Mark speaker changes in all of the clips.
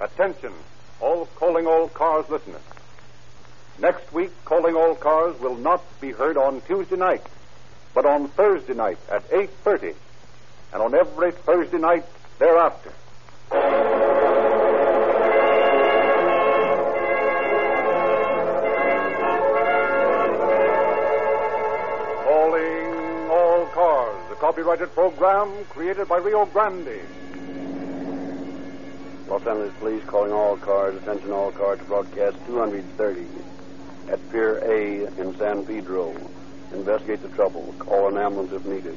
Speaker 1: Attention, all calling all cars listeners. Next week, calling all cars will not be heard on Tuesday night, but on Thursday night at 8.30, and on every Thursday night thereafter. Calling all cars, a copyrighted program created by Rio Grande.
Speaker 2: Los Angeles Police calling all cars, attention all cars to broadcast 230 at Pier A in San Pedro. Investigate the trouble. Call an ambulance if needed.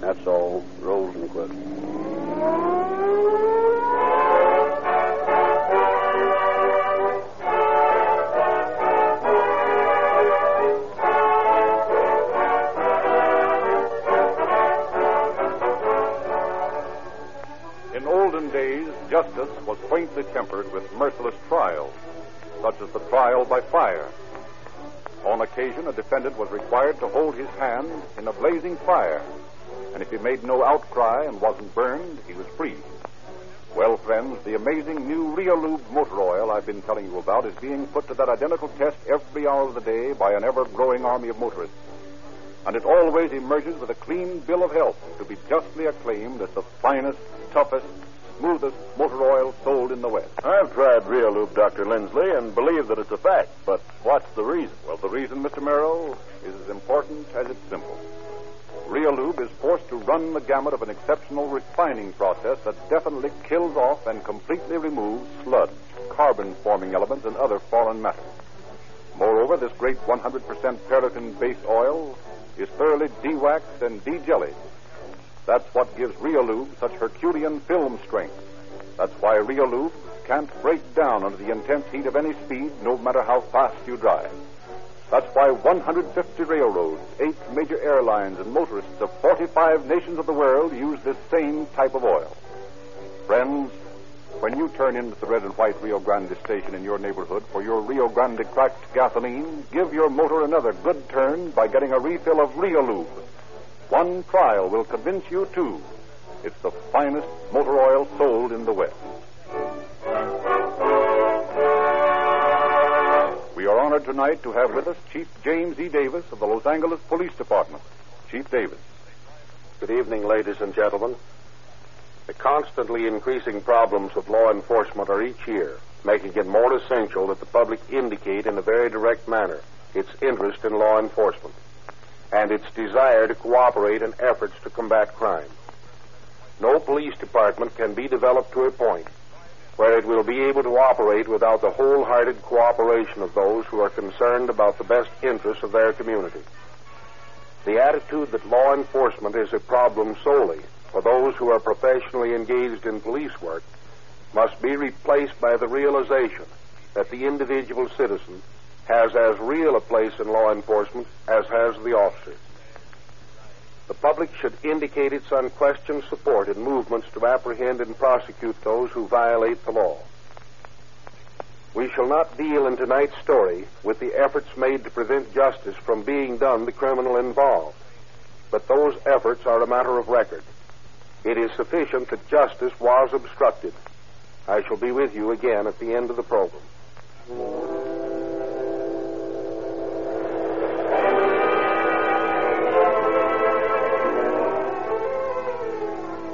Speaker 2: That's all. Rosenquist.
Speaker 1: In olden days, justice was quaintly tempered with merciless trials, such as the trial by fire. On occasion, a defendant was required to hold his hand in a blazing fire, and if he made no outcry and wasn't burned, he was free. Well, friends, the amazing new Reolube motor oil I've been telling you about is being put to that identical test every hour of the day by an ever growing army of motorists and it always emerges with a clean bill of health to be justly acclaimed as the finest, toughest, smoothest motor oil sold in the West.
Speaker 3: I've tried Realoop, Dr. Lindsley, and believe that it's a fact, but what's the reason?
Speaker 1: Well, the reason, Mr. Merrill, is as important as it's simple. Reolube is forced to run the gamut of an exceptional refining process that definitely kills off and completely removes sludge, carbon forming elements, and other foreign matter. Moreover, this great 100% paraffin base oil is thoroughly de-waxed and de-jellied. That's what gives Reolube such Herculean film strength. That's why Reolube can't break down under the intense heat of any speed, no matter how fast you drive. That's why 150 railroads, eight major airlines, and motorists of 45 nations of the world use this same type of oil. Friends, when you turn in at the red and white Rio Grande station in your neighborhood for your Rio Grande cracked gasoline, give your motor another good turn by getting a refill of Rio Lube. One trial will convince you, too. It's the finest motor oil sold in the West. We are honored tonight to have with us Chief James E. Davis of the Los Angeles Police Department. Chief Davis.
Speaker 2: Good evening, ladies and gentlemen. The constantly increasing problems with law enforcement are each year, making it more essential that the public indicate in a very direct manner its interest in law enforcement and its desire to cooperate in efforts to combat crime. No police department can be developed to a point where it will be able to operate without the wholehearted cooperation of those who are concerned about the best interests of their community. The attitude that law enforcement is a problem solely for those who are professionally engaged in police work must be replaced by the realization that the individual citizen has as real a place in law enforcement as has the officer. The public should indicate its unquestioned support in movements to apprehend and prosecute those who violate the law. We shall not deal in tonight's story with the efforts made to prevent justice from being done the criminal involved, but those efforts are a matter of record. It is sufficient that justice was obstructed. I shall be with you again at the end of the program.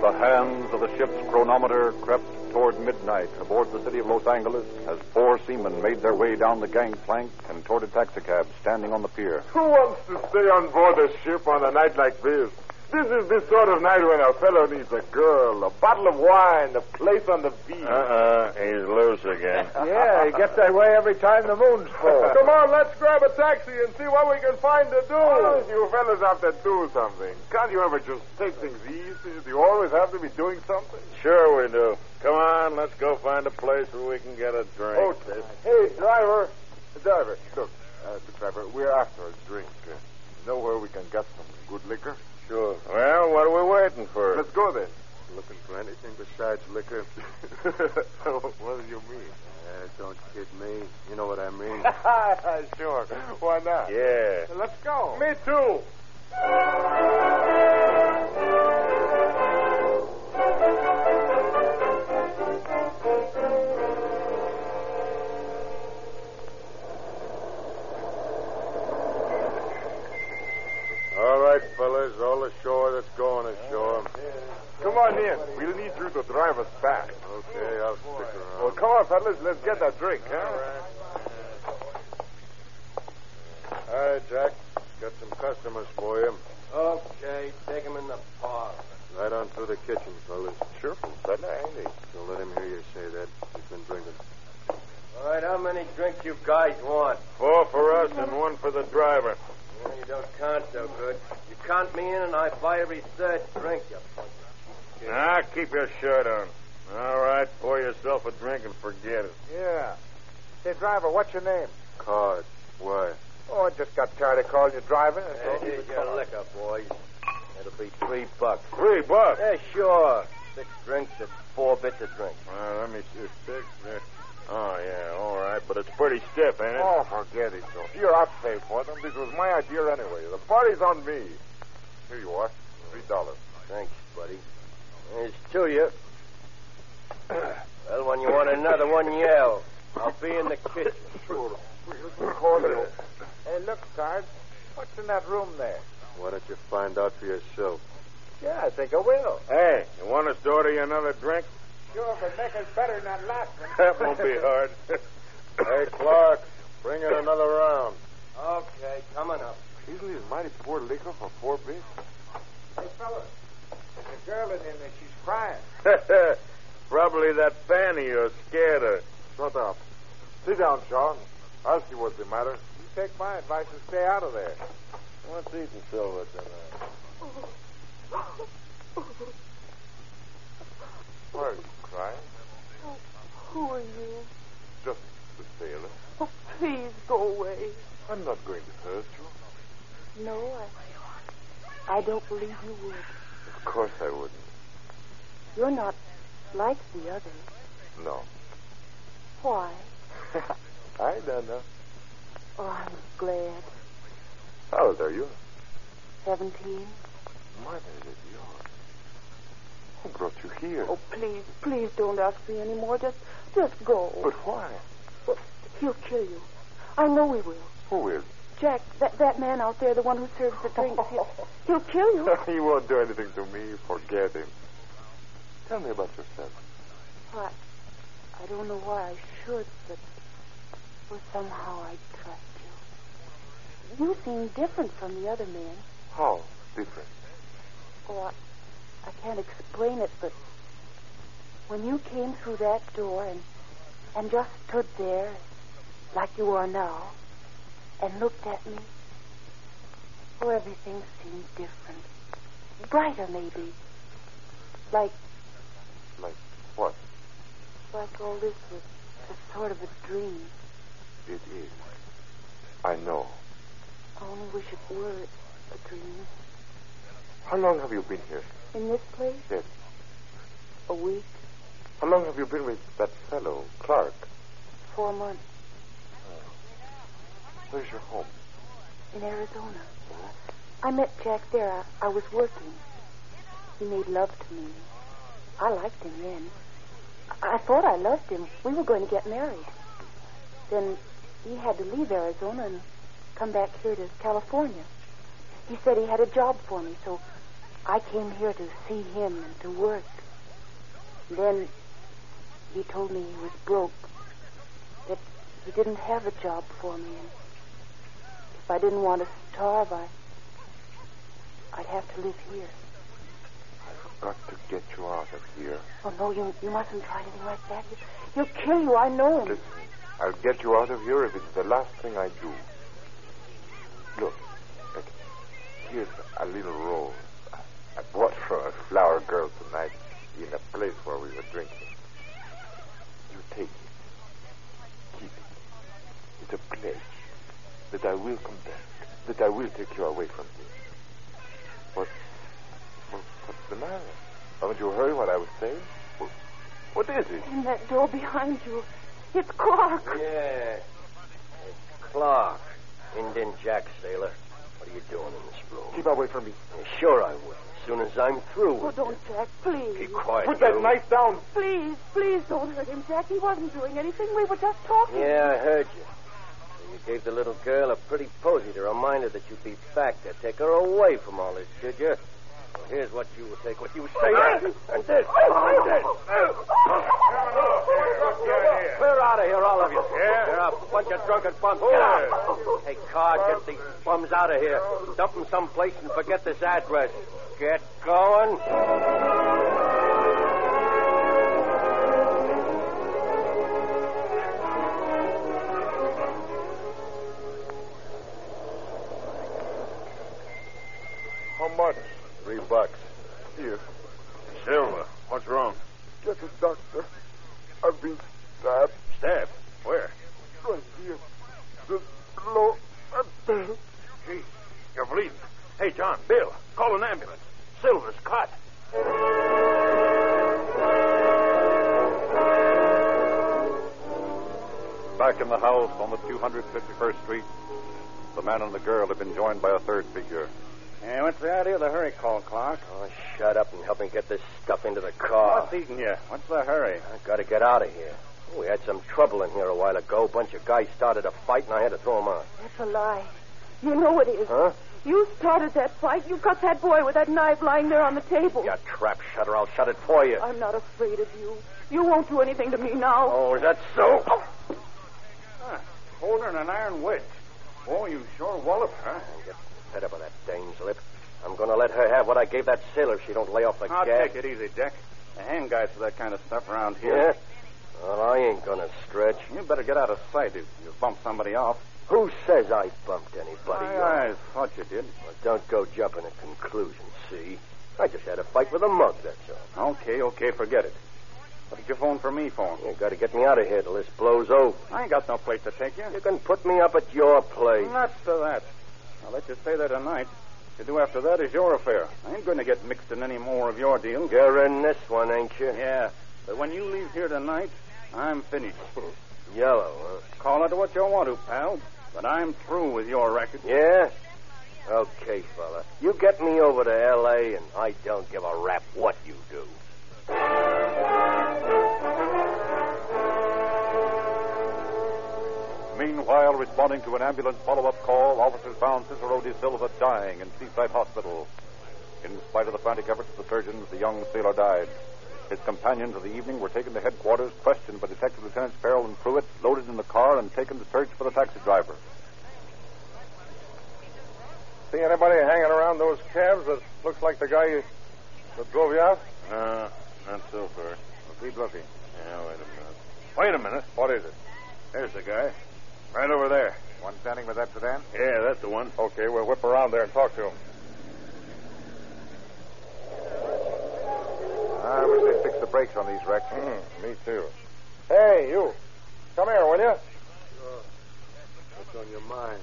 Speaker 1: The hands of the ship's chronometer crept toward midnight aboard the city of Los Angeles as four seamen made their way down the gangplank and toward a taxicab standing on the pier.
Speaker 4: Who wants to stay on board a ship on a night like this? This is the sort of night when a fellow needs a girl, a bottle of wine, a place on the beach.
Speaker 2: Uh,
Speaker 3: Uh-uh, he's loose again.
Speaker 5: Yeah, he gets that way every time the moon's full.
Speaker 4: Come on, let's grab a taxi and see what we can find to do. you fellas have to do something. Can't you ever just take things easy? Do you always have to be doing something?
Speaker 3: Sure we do. Come on, let's go find a place where we can get a drink.
Speaker 4: Oh, hey, driver. Driver, look, uh, driver, we're after a drink. Uh, know where we can get some good liquor?
Speaker 3: sure. Well, what are we waiting for?
Speaker 4: Let's go then. Looking for anything besides liquor? Oh, Uh, what do you mean?
Speaker 2: don't kid me. You know what I mean.
Speaker 4: sure. Why not?
Speaker 3: Yeah.
Speaker 4: Let's go. Me too. Get in. We'll need you to drive us back. Okay, I'll stick around. Well, come on, fellas. Let's get that drink, huh? All right, Jack. Got some customers for you.
Speaker 5: Okay, take him in the park.
Speaker 4: Right on through the kitchen, fellas. Cheerful, sudden, ain't he? Don't let him hear you say that. He's been drinking.
Speaker 5: All right, how many drinks you guys want?
Speaker 4: Four for us and one for the driver.
Speaker 5: Well, you don't count so good. You count me in, and I buy every third drink. You.
Speaker 4: Ah, keep your shirt on. All right, pour yourself a drink and forget it.
Speaker 6: Yeah. Hey, driver, what's your name?
Speaker 4: Card. Why?
Speaker 6: Oh, I just got tired of calling you driver.
Speaker 5: Hey, here's your liquor, boys. It'll be three bucks.
Speaker 4: Three bucks.
Speaker 5: Yeah, sure. Six drinks at four bits a drink.
Speaker 4: Well, let me see. Six. eh? Oh, yeah, all right, but it's pretty stiff, ain't it?
Speaker 6: Oh, forget it, Joe. Here, I'll pay for them. This was my idea anyway. The party's on me. Here you are. Three dollars.
Speaker 5: Thanks, buddy. Here's to you. well, when you want another one, yell. I'll be in the kitchen.
Speaker 6: Hey, look, Card. What's in that room there?
Speaker 4: Why don't you find out for yourself?
Speaker 6: Yeah, I think I will.
Speaker 4: Hey, you want us to order you another drink?
Speaker 6: Sure, but make it better than that last one.
Speaker 4: That won't be hard. hey, Clark, bring in another round.
Speaker 5: Okay, coming up.
Speaker 4: Usually it's mighty poor liquor for four beers.
Speaker 6: Hey, fellas. There's a girl in there, and she's crying.
Speaker 4: Probably that fanny you scared her.
Speaker 6: Shut up. Sit down, Sean. I'll see what's the matter. You take my advice and stay out of there.
Speaker 4: What's eating Silver tonight?
Speaker 6: Why are you crying?
Speaker 7: Who are you?
Speaker 6: Just the sailor.
Speaker 7: Oh, please go away.
Speaker 6: I'm not going to hurt you.
Speaker 7: No, I, I don't believe you would.
Speaker 6: Of course I wouldn't.
Speaker 7: You're not like the others.
Speaker 6: No.
Speaker 7: Why?
Speaker 6: I don't know.
Speaker 7: Oh, I'm glad.
Speaker 6: How old are you?
Speaker 7: Seventeen.
Speaker 6: Mother is yours. Who brought you here?
Speaker 7: Oh, please, please don't ask me anymore. Just, just go.
Speaker 6: But why?
Speaker 7: He'll kill you. I know he will.
Speaker 6: Who will?
Speaker 7: Jack, that, that man out there, the one who serves the drinks, he'll, he'll kill you.
Speaker 6: he won't do anything to me. Forget him. Tell me about yourself.
Speaker 7: I, I don't know why I should, but well, somehow I trust you. You seem different from the other men.
Speaker 6: How different?
Speaker 7: Oh, I, I can't explain it, but when you came through that door and and just stood there like you are now and looked at me, oh, everything seemed different, brighter maybe, like
Speaker 6: Like what?
Speaker 7: like all this was just sort of a dream.
Speaker 6: It is. I know.
Speaker 7: I only wish it were a dream.
Speaker 6: How long have you been here?
Speaker 7: In this place,
Speaker 6: Yes.
Speaker 7: a week,
Speaker 6: How long have you been with that fellow, Clark?
Speaker 7: four months
Speaker 6: Where's your home?
Speaker 7: in Arizona. I met Jack there. I, I was working. He made love to me. I liked him then. I, I thought I loved him. We were going to get married. Then he had to leave Arizona and come back here to California. He said he had a job for me, so I came here to see him and to work. Then he told me he was broke, that he didn't have a job for me, and if I didn't want to starve, I, I'd have to live here.
Speaker 6: I've got to get you out of here.
Speaker 7: Oh, no, you, you mustn't try anything like that. He'll kill you. I know him.
Speaker 6: Listen, I'll get you out of here if it's the last thing I do. Look, look, here's a little rose I bought from a flower girl tonight in a place where we were drinking. You take it. Keep it. It's a pledge that I will come back, that I will take you away from here. What, what, what's the matter? Haven't you heard what I was saying? What, what is it?
Speaker 7: And that door behind you. It's Clark.
Speaker 5: Yeah. It's Clark, Indian Jack sailor. What are you doing in this room?
Speaker 6: Keep away from me.
Speaker 5: Yeah, sure I will. As soon as I'm through
Speaker 7: Oh,
Speaker 5: with
Speaker 7: don't, Jack.
Speaker 5: you. Be
Speaker 7: Please.
Speaker 5: quiet.
Speaker 6: Put that
Speaker 5: you.
Speaker 6: knife down.
Speaker 7: Please, please don't hurt him, Jack. He wasn't doing anything. We were just talking.
Speaker 5: Yeah, I heard you. So You gave the little girl a pretty posy to remind her that you'd be back to take her away from all this, did you? Well, here's what you will take, what you say, and, and this, and this. Clear out of here, all of you.
Speaker 2: Yeah.
Speaker 5: You're a bunch of drunken bums. Get out. Hey, Card, get these bums out of here. Dump them someplace and forget this address. Get going.
Speaker 2: How much?
Speaker 1: Three bucks.
Speaker 2: Here.
Speaker 1: Silver. What's wrong?
Speaker 2: Get a doctor. I've been stabbed
Speaker 1: Stabbed. Where?
Speaker 2: right here. The low abdomen.
Speaker 1: Gee, you're bleeding. Hey, John, Bill, call an ambulance. Silver's caught.
Speaker 8: Back in the house on the 251st Street, the man and the girl had been joined by a third figure.
Speaker 5: Hey, what's the idea of the hurry call, Clark? Oh, shut up and help me get this stuff into the car.
Speaker 1: eating you? What's the hurry?
Speaker 5: I gotta get out of here. Oh, We had some trouble in here a while ago. bunch of guys started a fight, and I had to throw 'em out.
Speaker 7: That's a lie. You know it is.
Speaker 5: Huh?
Speaker 7: You started that fight. You got that boy with that knife lying there on the table.
Speaker 5: You trap shutter, I'll shut it for you.
Speaker 7: I'm not afraid of you. You won't do anything to me now.
Speaker 5: Oh, is that so?
Speaker 1: Holding an iron wedge. Oh, you sure wallop, huh?
Speaker 5: I get fed up with that dame's lip. I'm gonna let her have what I gave that sailor if she don't lay off the
Speaker 1: I'll
Speaker 5: gas.
Speaker 1: take it easy, Dick. The hand guys for that kind of stuff around
Speaker 5: Yeah?
Speaker 1: here.
Speaker 5: Well, I ain't gonna stretch.
Speaker 1: You better get out of sight if you bump somebody off.
Speaker 5: Who says I bumped anybody? up?
Speaker 1: I, I thought you did.
Speaker 5: Well, don't go jumping to conclusions, see? I just had a fight with a mug, that's all.
Speaker 1: Okay, okay, forget it. What did you phone for me for?
Speaker 5: You gotta get me out of here till this blows over.
Speaker 1: I ain't got no place to take you.
Speaker 5: You can put me up at your place.
Speaker 1: Nuts to that. I'll let you stay there tonight. What you do after that is your affair. I ain't going to get mixed in any more of your deals.
Speaker 5: You're in this one, ain't you?
Speaker 1: Yeah, but when you leave here tonight, I'm finished.
Speaker 5: Yellow, huh?
Speaker 1: Call it what you want to, pal, but I'm through with your racket.
Speaker 5: Yeah? Okay, fella. You get me over to L.A., and I don't give a rap what you do.
Speaker 8: Meanwhile, responding to an ambulance follow-up call, officers found Cicero de Silva dying in Seaside Hospital. In spite of the frantic efforts of the surgeons, the young sailor died. His companions of the evening were taken to headquarters, questioned by Detective Lieutenants Farrell and Pruitt, loaded in the car, and taken to search for the taxi driver.
Speaker 2: See anybody hanging around those cabs that looks like the guy you, that drove you out?
Speaker 1: Uh, not so far.
Speaker 2: Keep looking.
Speaker 1: Yeah, wait a minute. Wait a minute. What is it? There's the guy. Right over there.
Speaker 2: One standing with that sedan?
Speaker 1: Yeah, that's the one.
Speaker 2: Okay, we'll whip around there and talk to him. Ah,
Speaker 9: I wish they'd fix the brakes on these wrecks.
Speaker 1: Hmm,
Speaker 2: me too. Hey, you. Come here, will you?
Speaker 6: What's on your mind?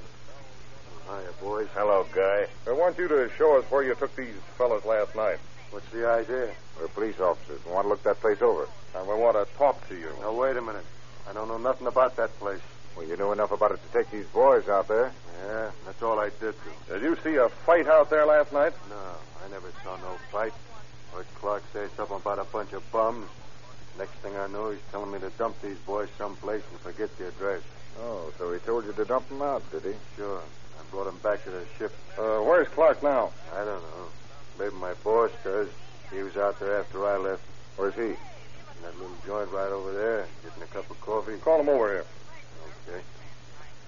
Speaker 6: Hiya, boys.
Speaker 1: Hello, guy.
Speaker 2: I want you to show us where you took these fellas last night.
Speaker 6: What's the idea?
Speaker 9: We're police officers. We want to look that place over.
Speaker 2: And we want to talk to you.
Speaker 6: Now, wait a minute. I don't know nothing about that place.
Speaker 9: Well, you knew enough about it to take these boys out there.
Speaker 6: Yeah, that's all I did do.
Speaker 2: Did you see a fight out there last night?
Speaker 6: No, I never saw no fight. Heard Clark say something about a bunch of bums. Next thing I know, he's telling me to dump these boys someplace and forget the address.
Speaker 9: Oh, so he told you to dump them out, did he?
Speaker 6: Sure. I brought him back to the ship.
Speaker 2: Uh, where's Clark now?
Speaker 6: I don't know. Maybe my boss does. He was out there after I left.
Speaker 9: Where's he?
Speaker 6: In that little joint right over there, getting a cup of coffee.
Speaker 2: Call him over here.
Speaker 6: Okay.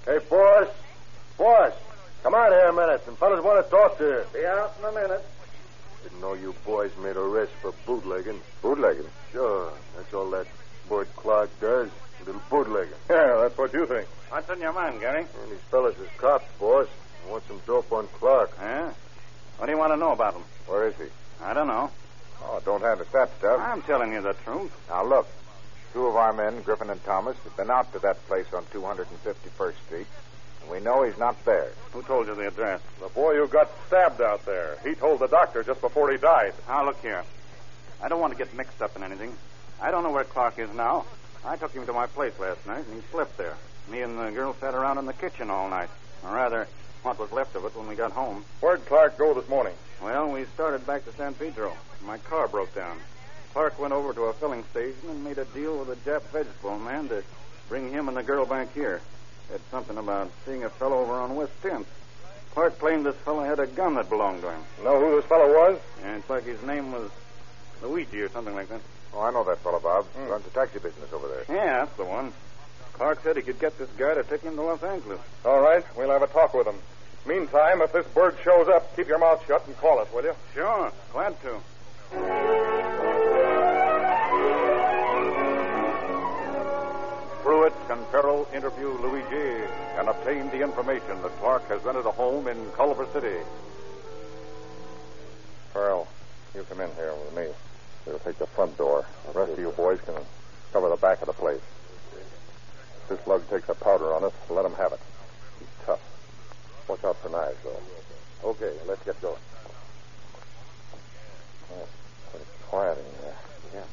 Speaker 6: Hey, boss. Boss. Come out here a minute. Some fellas want to talk to you.
Speaker 2: Be out in a minute.
Speaker 6: Didn't know you boys made arrests for bootlegging.
Speaker 9: Bootlegging.
Speaker 6: Sure. That's all that board Clark does. A little bootlegging.
Speaker 2: Yeah, that's what you think.
Speaker 1: What's in your mind, Gary?
Speaker 6: And these fellas is cops, boss. They want some dope on Clark.
Speaker 1: Huh? What do you want to know about him?
Speaker 9: Where is he?
Speaker 1: I don't know.
Speaker 9: Oh, don't hand us that stuff.
Speaker 1: I'm telling you the truth.
Speaker 9: Now, look. Two of our men, Griffin and Thomas, have been out to that place on 251st Street, and we know he's not there.
Speaker 1: Who told you the address?
Speaker 2: The boy who got stabbed out there. He told the doctor just before he died.
Speaker 1: Now, look here. I don't want to get mixed up in anything. I don't know where Clark is now. I took him to my place last night, and he slept there. Me and the girl sat around in the kitchen all night. Or rather, what was left of it when we got home.
Speaker 2: Where'd Clark go this morning?
Speaker 1: Well, we started back to San Pedro. My car broke down. Clark went over to a filling station and made a deal with a Jap vegetable man to bring him and the girl back here. Said something about seeing a fellow over on West 10th.
Speaker 3: Clark claimed this fellow had a gun that belonged to him.
Speaker 4: Know who this fellow was?
Speaker 3: And it's like his name was Luigi or something like that.
Speaker 6: Oh, I know that fellow, Bob. Runs a taxi business over there.
Speaker 3: Yeah, that's the one. Clark said he could get this guy to take him to Los Angeles.
Speaker 4: All right, we'll have a talk with him. Meantime, if this bird shows up, keep your mouth shut and call us, will you?
Speaker 3: Sure, glad to.
Speaker 1: Pruitt and Farrell interview Luigi and obtain the information that Clark has rented a home in Culver City.
Speaker 6: Pearl, you come in here with me. We'll take the front door. The rest of you boys can cover the back of the place. If this lug takes a powder on us, let him have it. He's tough. Watch out for knives, though. Okay, let's get going. Yeah, pretty quiet in here. Yeah.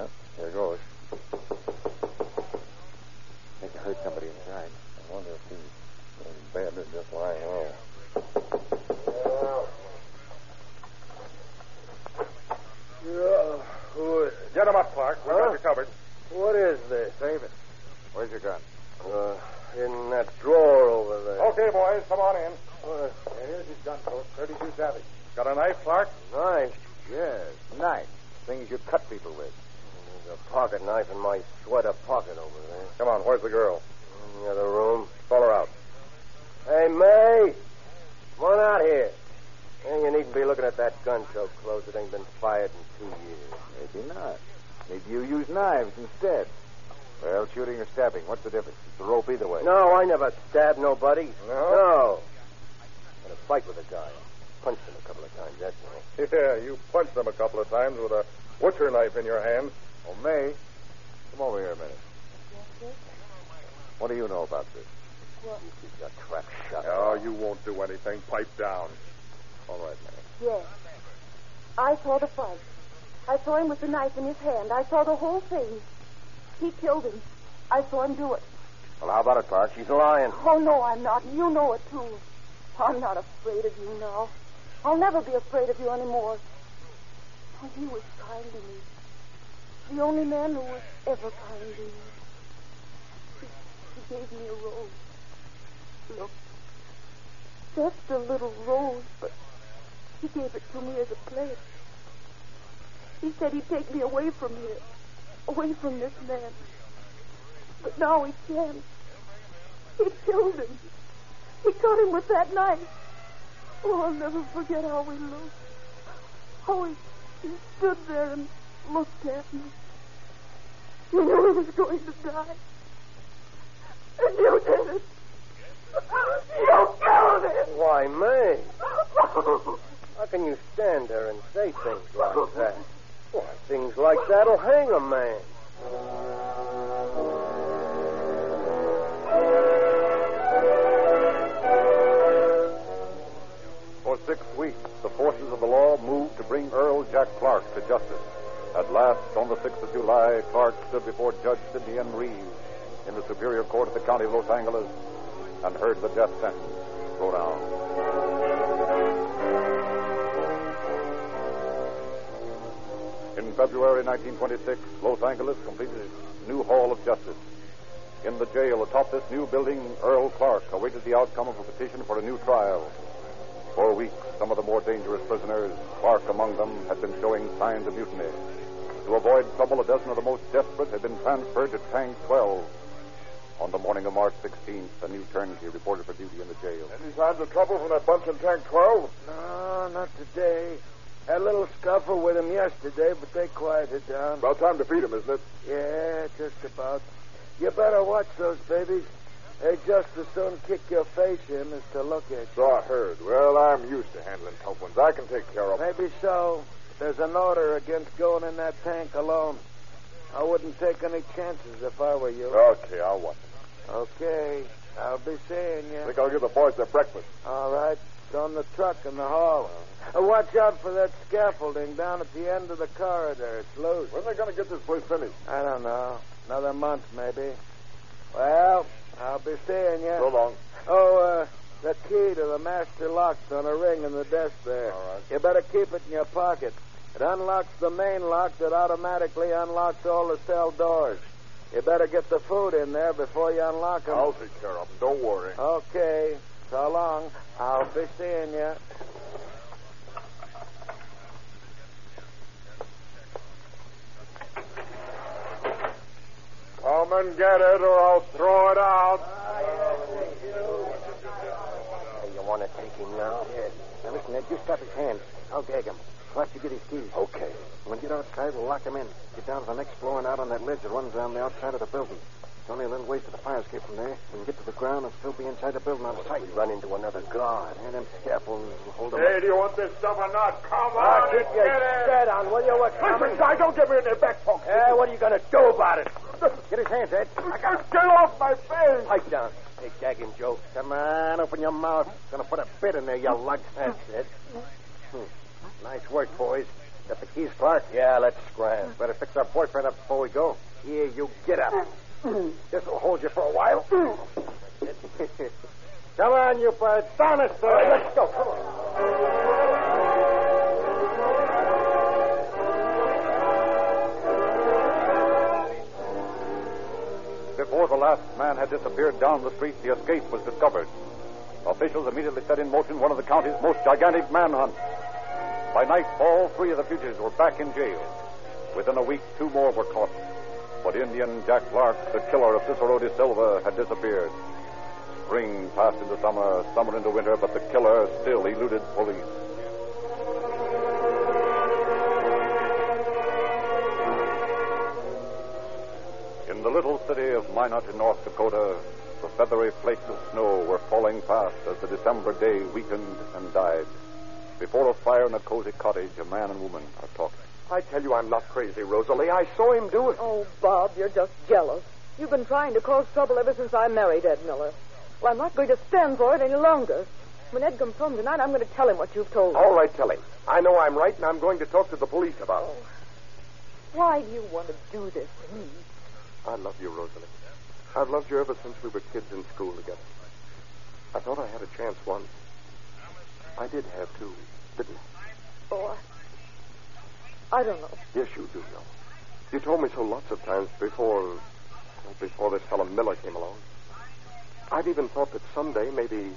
Speaker 6: Yeah, here goes. I think I heard somebody inside. I wonder if he's in bed or just lying there.
Speaker 4: Get him up, Clark. We got you covered.
Speaker 5: What is this? Save it.
Speaker 6: Where's your gun?
Speaker 5: Uh, in that drawer over there.
Speaker 4: Okay, boys, come on in.
Speaker 5: Uh, here's his gun coat, 32 Savage.
Speaker 4: Got a knife, Clark?
Speaker 5: Nice. Yes.
Speaker 6: Knife. Things you cut people with.
Speaker 5: There's a pocket knife in my sweater pocket over there.
Speaker 6: Come on, where's the girl?
Speaker 5: In the other room.
Speaker 6: Call her out.
Speaker 5: Hey, May! Come on out here. Hey, you needn't be looking at that gun so close. It ain't been fired in two years.
Speaker 6: Maybe not. Maybe you use knives instead. Well, shooting or stabbing, what's the difference? It's a rope either way.
Speaker 5: No, I never stabbed nobody.
Speaker 6: No?
Speaker 5: No. Had a fight with a guy. Punched him a couple of times, that's all.
Speaker 4: Yeah, you punched them a couple of times with a butcher knife in your hand.
Speaker 6: Oh, May, come over here a minute. What do you know about this?
Speaker 5: He's a crap shot.
Speaker 4: Oh, you won't do anything. Pipe down.
Speaker 6: All right, May.
Speaker 7: Yes. I saw the fight. I saw him with the knife in his hand. I saw the whole thing. He killed him. I saw him do it.
Speaker 6: Well, how about it, Clark?
Speaker 5: She's lying.
Speaker 7: Oh, no, I'm not. You know it, too. I'm not afraid of you now. I'll never be afraid of you anymore. Oh, he was kind to me. The only man who was ever kind to me. He, he gave me a rose. Look. Just a little rose, but he gave it to me as a pledge. He said he'd take me away from here, away from this man. But now he can't. He killed him. He cut him with that knife. Oh, I'll never forget how we looked. How he, he stood there and looked at me. You knew he was going to die. And you did it. You killed him.
Speaker 5: Why, May? How can you stand there and say things like that? Why, things like that'll hang a man.
Speaker 1: For six weeks, the forces of the law moved to bring Earl Jack Clark to justice. At last, on the 6th of July, Clark stood before Judge Sidney M. Reeves in the Superior Court of the County of Los Angeles and heard the death sentence go down. In February 1926, Los Angeles completed its new Hall of Justice. In the jail atop this new building, Earl Clark awaited the outcome of a petition for a new trial. For weeks, some of the more dangerous prisoners, Clark among them, had been showing signs of mutiny. To avoid trouble, a dozen of the most desperate had been transferred to Tank 12. On the morning of March 16th, a new turnkey reported for duty in the jail.
Speaker 4: Any signs of trouble from that bunch in tank 12?
Speaker 5: No, not today. Had a little scuffle with him yesterday, but they quieted down.
Speaker 4: About time to feed him, isn't it?
Speaker 5: Yeah, just about. You better watch those babies. They just as soon kick your face in as to look at
Speaker 4: So I heard. Well, I'm used to handling tough ones. I can take care
Speaker 5: you.
Speaker 4: of them.
Speaker 5: Maybe so. There's an order against going in that tank alone. I wouldn't take any chances if I were you.
Speaker 4: Okay, I'll watch.
Speaker 5: Okay, I'll be seeing
Speaker 4: I
Speaker 5: you.
Speaker 4: think I'll give the boys their breakfast.
Speaker 5: All right, it's on the truck in the hall. Uh, watch out for that scaffolding down at the end of the corridor. It's loose.
Speaker 4: When are they going to get this place finished?
Speaker 5: I don't know. Another month, maybe. Well, I'll be seeing you.
Speaker 4: So long.
Speaker 5: Oh, uh, the key to the master lock's on a ring in the desk there.
Speaker 4: All right.
Speaker 5: You better keep it in your pocket. It unlocks the main lock that automatically unlocks all the cell doors. You better get the food in there before you unlock them.
Speaker 4: I'll take care of them. Don't worry.
Speaker 5: Okay. So long. I'll be seeing you.
Speaker 6: Come and get it, or I'll throw it out.
Speaker 5: Uh, You want to take him now? Yes. Now listen, Ned, you stop his hands. I'll gag him. Watch you get his keys. Okay. When we get outside, we'll lock him in. Get down to the next floor and out on that ledge that runs down the outside of the building. It's only a little ways to the fire escape from there. We can get to the ground and still be inside the building out of sight. run into another guard. And them scaffolds will hold him. Ah,
Speaker 6: Hey, do you want this stuff or not? Come on, and get it.
Speaker 5: on, will you? We're
Speaker 6: Listen, guy, don't get me in their back pocket.
Speaker 5: Hey, what are you going to do about it? Get his hands, Ed.
Speaker 6: I can't get off my face.
Speaker 5: Pipe down. Hey, gag him, Joe. Come on, open your mouth. Gonna put a bit in there, you lug. That's it. Hmm. Nice work, boys. Got the keys, Clark? Yeah, let's scram. Better fix our boyfriend up before we go. Here, you get up. this will hold you for a while. Come on, you birds. Down it, sir. Let's go. Come on.
Speaker 1: Before the last man had disappeared down the street, the escape was discovered. Officials immediately set in motion one of the county's most gigantic manhunts. By night, all three of the fugitives were back in jail. Within a week, two more were caught. But Indian Jack Clark, the killer of Cicero de Silva, had disappeared. Spring passed into summer, summer into winter, but the killer still eluded police. In the little city of Minot in North Dakota, the feathery flakes of snow were falling fast as the December day weakened and died. Before a fire in a cozy cottage, a man and woman are talking.
Speaker 2: I tell you, I'm not crazy, Rosalie. I saw him do it.
Speaker 7: Oh, Bob, you're just jealous. You've been trying to cause trouble ever since I married Ed Miller. Well, I'm not going to stand for it any longer. When Ed comes home tonight, I'm going to tell him what you've told him.
Speaker 2: All right, tell him. I know I'm right, and I'm going to talk to the police about it.
Speaker 7: Why do you want to do this to me?
Speaker 2: I love you, Rosalie. I've loved you ever since we were kids in school together. I thought I had a chance once. I did have two, didn't I?
Speaker 7: Oh, I, I don't know.
Speaker 2: Yes, you do know. You told me so lots of times before, before this fellow Miller came along. I've even thought that someday maybe,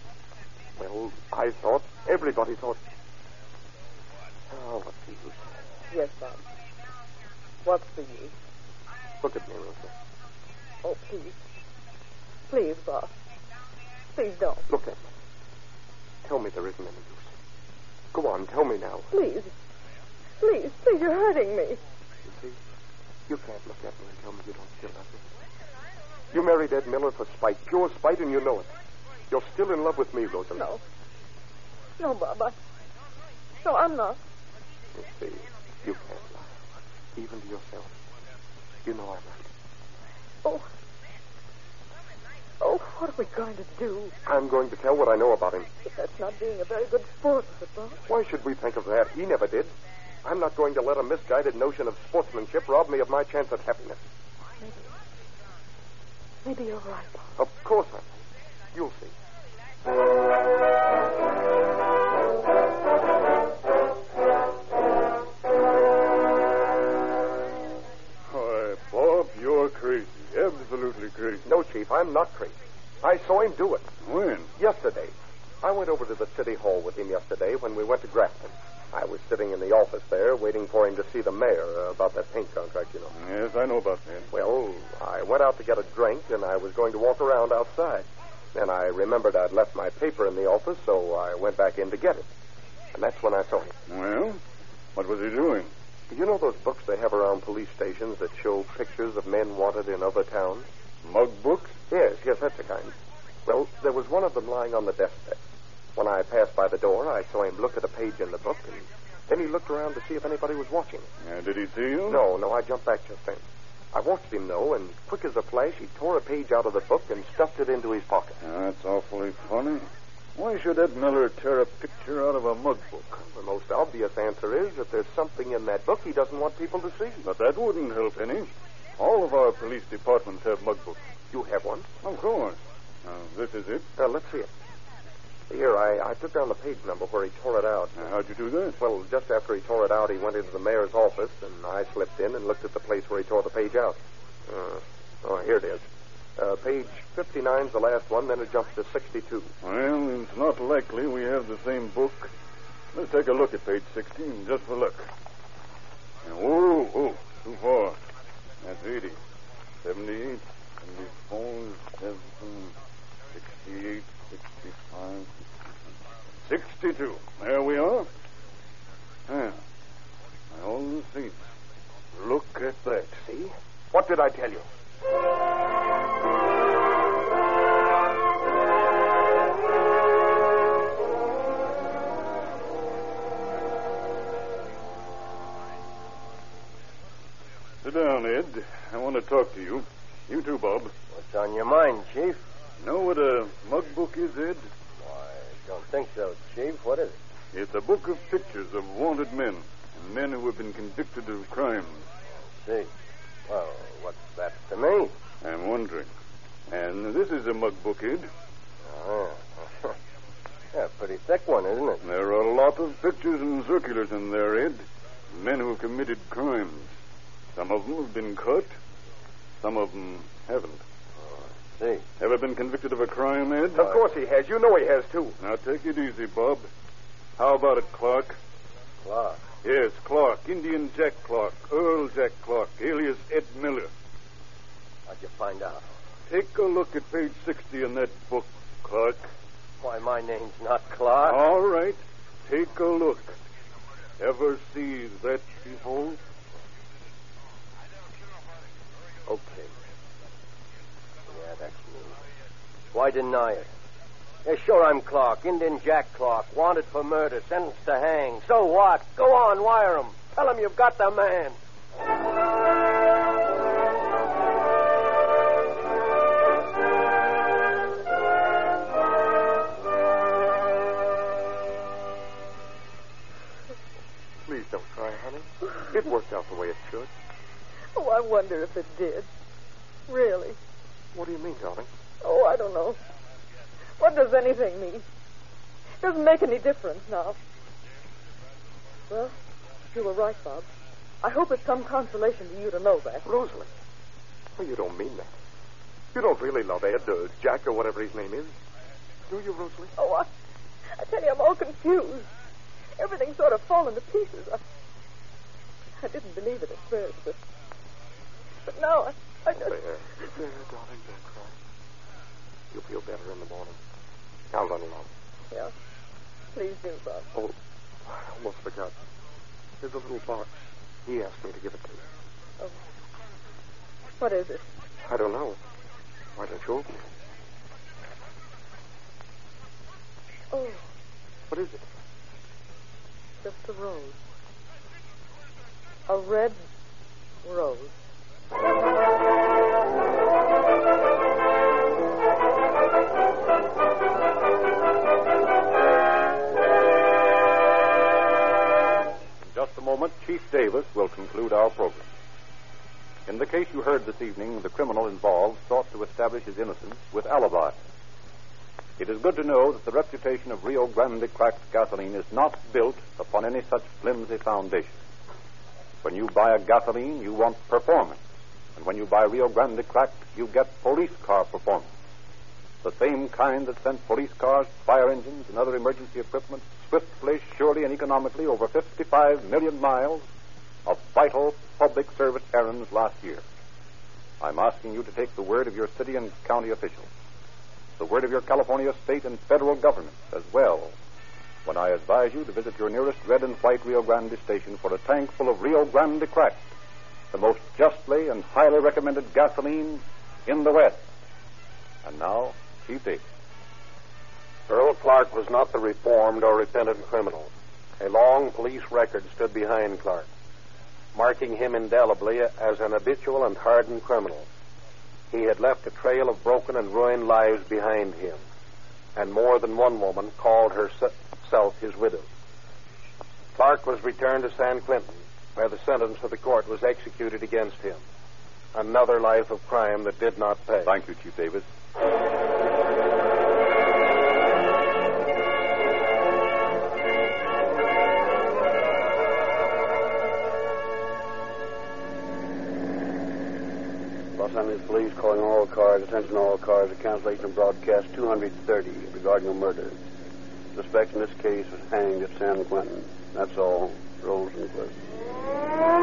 Speaker 2: well, I thought, everybody thought. Oh, what do you say?
Speaker 7: Yes, Bob. What's the use?
Speaker 2: Look at me, Rosalie.
Speaker 7: Oh, please. Please, Bob. Please don't.
Speaker 2: Look at me. Tell me there isn't any use. Go on, tell me now.
Speaker 7: Please. Please, please, you're hurting me.
Speaker 2: You see, you can't look at me and tell me you don't still love me. You married Ed Miller for spite, pure spite, and you know it. You're still in love with me, Rosalie.
Speaker 7: No. No, Bob. I... No, I'm not.
Speaker 2: You see, you can't lie, even to yourself. You know I'm right.
Speaker 7: Oh. Oh, what are we going to do?
Speaker 2: I'm going to tell what I know about him.
Speaker 7: That's not being a very good sport, is it, Bob?
Speaker 2: Why should we think of that? He never did. I'm not going to let a misguided notion of sportsmanship rob me of my chance at happiness.
Speaker 7: Maybe you're right, Bob.
Speaker 2: Of course I will. You'll see.
Speaker 6: Why, Bob, you're crazy. Absolutely crazy.
Speaker 2: No, Chief, I'm not crazy. I saw him do it
Speaker 6: When?
Speaker 2: yesterday. I went over to the city hall with him yesterday when we went to Grafton. I was sitting in the office there waiting for him to see the mayor uh, about that paint contract, you know.
Speaker 6: Yes, I know about that.
Speaker 2: Well, I went out to get a drink, and I was going to walk around outside. Then I remembered I'd left my paper in the office, so I went back in to get it. And that's when I saw him.
Speaker 6: Well, what was he doing?
Speaker 2: You know those books they have around police stations that show pictures of men wanted in other towns?
Speaker 6: Mug books?
Speaker 2: Yes, yes, that's the kind. Well, there was one of them lying on the desk there. When I passed by the door, I saw him look at a page in the book, and then he looked around to see if anybody was watching.
Speaker 6: Uh, did he see you?
Speaker 2: No, no, I jumped back just then. I watched him, though, and quick as a flash, he tore a page out of the book and stuffed it into his pocket.
Speaker 6: That's awfully funny. Why should Ed Miller tear a picture out of a mug book?
Speaker 2: The most obvious answer is that there's something in that book he doesn't want people to see.
Speaker 6: But that wouldn't help any. All of our police departments have mug books.
Speaker 2: You have one?
Speaker 6: Of course. Now, this is it.
Speaker 2: Uh, let's see it. Here, I, I took down the page number where he tore it out.
Speaker 6: Now, how'd you do that?
Speaker 2: Well, just after he tore it out, he went into the mayor's office, and I slipped in and looked at the place where he tore the page out. Uh, oh, here it is. Uh, Uh, page 59 is the last one, then it jumps to 62.
Speaker 4: Well, it's not likely we have the same book. Let's take a look at page 16, just for luck. Whoa, whoa, too far. That's 80. 78, 74, 7, 68, 65, 62. There we are. There. All the seats. Look at that.
Speaker 2: See? What did I tell you?
Speaker 4: Sit down, Ed. I want to talk to you. You too, Bob.
Speaker 5: What's on your mind, Chief?
Speaker 4: Know what a mug book is, Ed?
Speaker 5: Why, don't think so, Chief. What is it?
Speaker 4: It's a book of pictures of wanted men, and men who have been convicted of crimes.
Speaker 5: See. Well, what's that to me?
Speaker 4: I'm wondering. And this is a mug book, Ed.
Speaker 5: Oh. yeah, pretty thick one, isn't it?
Speaker 4: There are a lot of pictures and circulars in there, Ed. Men who have committed crimes. Some of them have been caught. Some of them haven't.
Speaker 5: See.
Speaker 4: Ever been convicted of a crime, Ed?
Speaker 2: Oh, Of course he has. You know he has, too.
Speaker 4: Now take it easy, Bob. How about it, Clark?
Speaker 5: Clark.
Speaker 4: Yes, Clark. Indian Jack Clark. Earl Jack Clark, alias Ed Miller.
Speaker 5: How'd you find out?
Speaker 4: Take a look at page 60 in that book, Clark.
Speaker 5: Why, my name's not Clark.
Speaker 4: All right. Take a look. Ever see that behold?
Speaker 5: Okay. Yeah, that's me. Why deny it? Yeah, sure, I'm Clark. Indian Jack Clark. Wanted for murder. Sentenced to hang. So what? Go on, wire him. Tell him you've got the man.
Speaker 6: Please don't cry, honey. It worked out the way it should.
Speaker 10: Oh, I wonder if it did. Really.
Speaker 6: What do you mean, darling?
Speaker 10: Oh, I don't know. What does anything mean? doesn't make any difference now. Well, you were right, Bob. I hope it's some consolation to you to know that.
Speaker 6: Rosalie. Oh, you don't mean that. You don't really love Ed or Jack or whatever his name is. Do you, Rosalie?
Speaker 10: Oh, I, I tell you, I'm all confused. Everything's sort of fallen to pieces. I, I didn't believe it at first, but, but now I, I just...
Speaker 6: There. There, darling, don't cry. You'll feel better in the morning. Now run along.
Speaker 10: Yeah. Please do, Bob.
Speaker 6: Oh, I almost forgot. There's a little box. He asked me to give it to you.
Speaker 10: Oh. What is it?
Speaker 6: I don't know. Why don't you open it?
Speaker 10: Oh,
Speaker 6: What is it?
Speaker 10: just a rose. A red rose.
Speaker 1: In just a moment, Chief Davis will conclude our program. In the case you heard this evening, the criminal involved sought to establish his innocence with alibi. It is good to know that the reputation of Rio Grande cracked gasoline is not built upon any such flimsy foundation. When you buy a gasoline, you want performance. And when you buy Rio Grande cracked, you get police car performance. The same kind that sent police cars, fire engines, and other emergency equipment swiftly, surely, and economically over 55 million miles of vital public service errands last year. I'm asking you to take the word of your city and county officials, the word of your California state and federal governments as well, when I advise you to visit your nearest red and white Rio Grande station for a tank full of Rio Grande cracked, the most justly and highly recommended gasoline in the West. And now, Chief Davis.
Speaker 2: Earl Clark was not the reformed or repentant criminal. A long police record stood behind Clark, marking him indelibly as an habitual and hardened criminal. He had left a trail of broken and ruined lives behind him, and more than one woman called herself his widow. Clark was returned to San Quentin, where the sentence of the court was executed against him. Another life of crime that did not pay.
Speaker 1: Thank you, Chief Davis.
Speaker 2: Los Angeles
Speaker 5: This police calling all cars, attention all cars, a cancellation of broadcast 230 regarding a murder. Suspect in this case was hanged at San Quentin. That's all. Rolls and clips.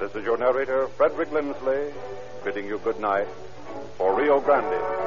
Speaker 1: This is your narrator, Frederick Lindsley, bidding you good night for Rio Grande.